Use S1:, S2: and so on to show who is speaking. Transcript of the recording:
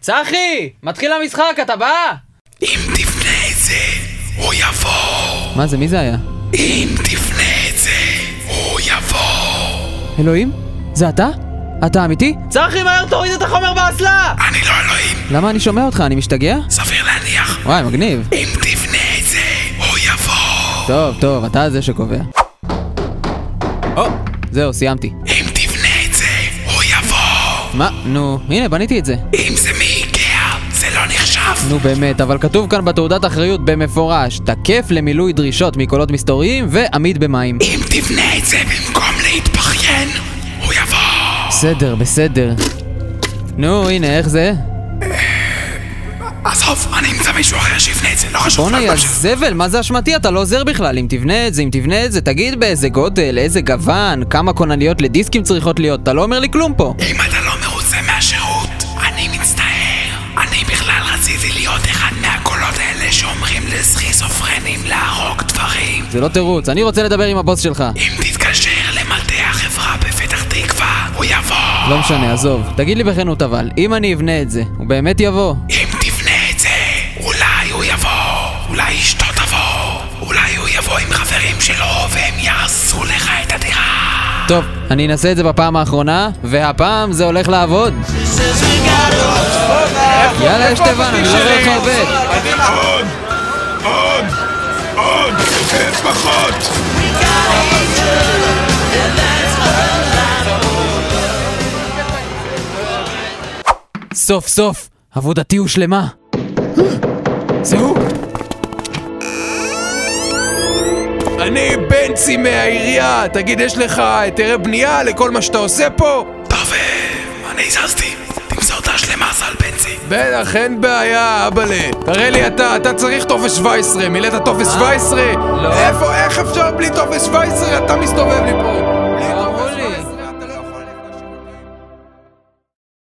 S1: צחי, מתחיל המשחק, אתה בא?
S2: אם תפנה את זה, הוא יבוא.
S1: מה זה, מי זה היה?
S2: אם תפנה את זה, הוא יבוא.
S1: אלוהים? זה אתה? אתה אמיתי? צחי, מהר תוריד את החומר באסלה!
S2: אני לא אלוהים,
S1: למה אני שומע אותך? אני משתגע?
S2: סביר להניח.
S1: וואי, מגניב.
S2: אם תפנה את זה, הוא יבוא.
S1: טוב, טוב, אתה זה שקובע. או, זהו, סיימתי.
S2: אם תפנה את זה, הוא יבוא.
S1: מה? נו, הנה, בניתי את זה.
S2: אם זה מאיקאה, זה לא נחשב.
S1: נו באמת, אבל כתוב כאן בתעודת אחריות במפורש, תקף למילוי דרישות מקולות מסתוריים ועמיד במים.
S2: אם תפנה את זה במקום להתבכיין, הוא יבוא.
S1: בסדר, בסדר. נו, הנה, איך זה?
S2: עזוב, אני אמצא מישהו אחר שיפנה את זה, לא חשוב.
S1: בואנה,
S2: לא
S1: יא
S2: חשוב.
S1: זבל, מה זה אשמתי? אתה לא עוזר בכלל. אם תבנה את זה, אם תבנה את זה, תגיד באיזה גודל, איזה גוון, כמה כונניות לדיסקים צריכות להיות, אתה לא אומר לי כלום פה.
S2: אם אתה לא מרוצה מהשירות, אני מצטער. אני בכלל רציתי להיות אחד מהקולות האלה שאומרים לסכיזופרנים להרוג דברים.
S1: זה לא תירוץ, אני רוצה לדבר עם הבוס שלך.
S2: אם תתקשר למטה החברה בפתח תקווה, הוא יבוא.
S1: לא משנה, עזוב. תגיד לי בכנות אבל, אם אני אבנה את זה, הוא באמת יבוא?
S2: אם תבנה את זה, אולי הוא יבוא. אולי אשתו תבוא. אולי הוא יבוא עם חברים שלו והם יהרסו לך את הדירה.
S1: טוב, אני אנסה את זה בפעם האחרונה, והפעם זה הולך לעבוד. יאללה, יש תיבן, אני לא רואה אותך עובד. סוף סוף, עבודתי אה, הושלמה. זה הוא!
S3: אני בנצי מהעירייה, תגיד, יש לך היתרי בנייה לכל מה שאתה עושה פה?
S2: טוב, אה, אני הזזתי. תמסור את השלמה סל בנצי.
S3: בטח, אין בעיה, אבאלה. תראה לי אתה, אתה צריך טופס אה? 17, מילאת טופס 17? לא. איפה, איך אפשר בלי טופס 17? אתה מסתובב לי פה.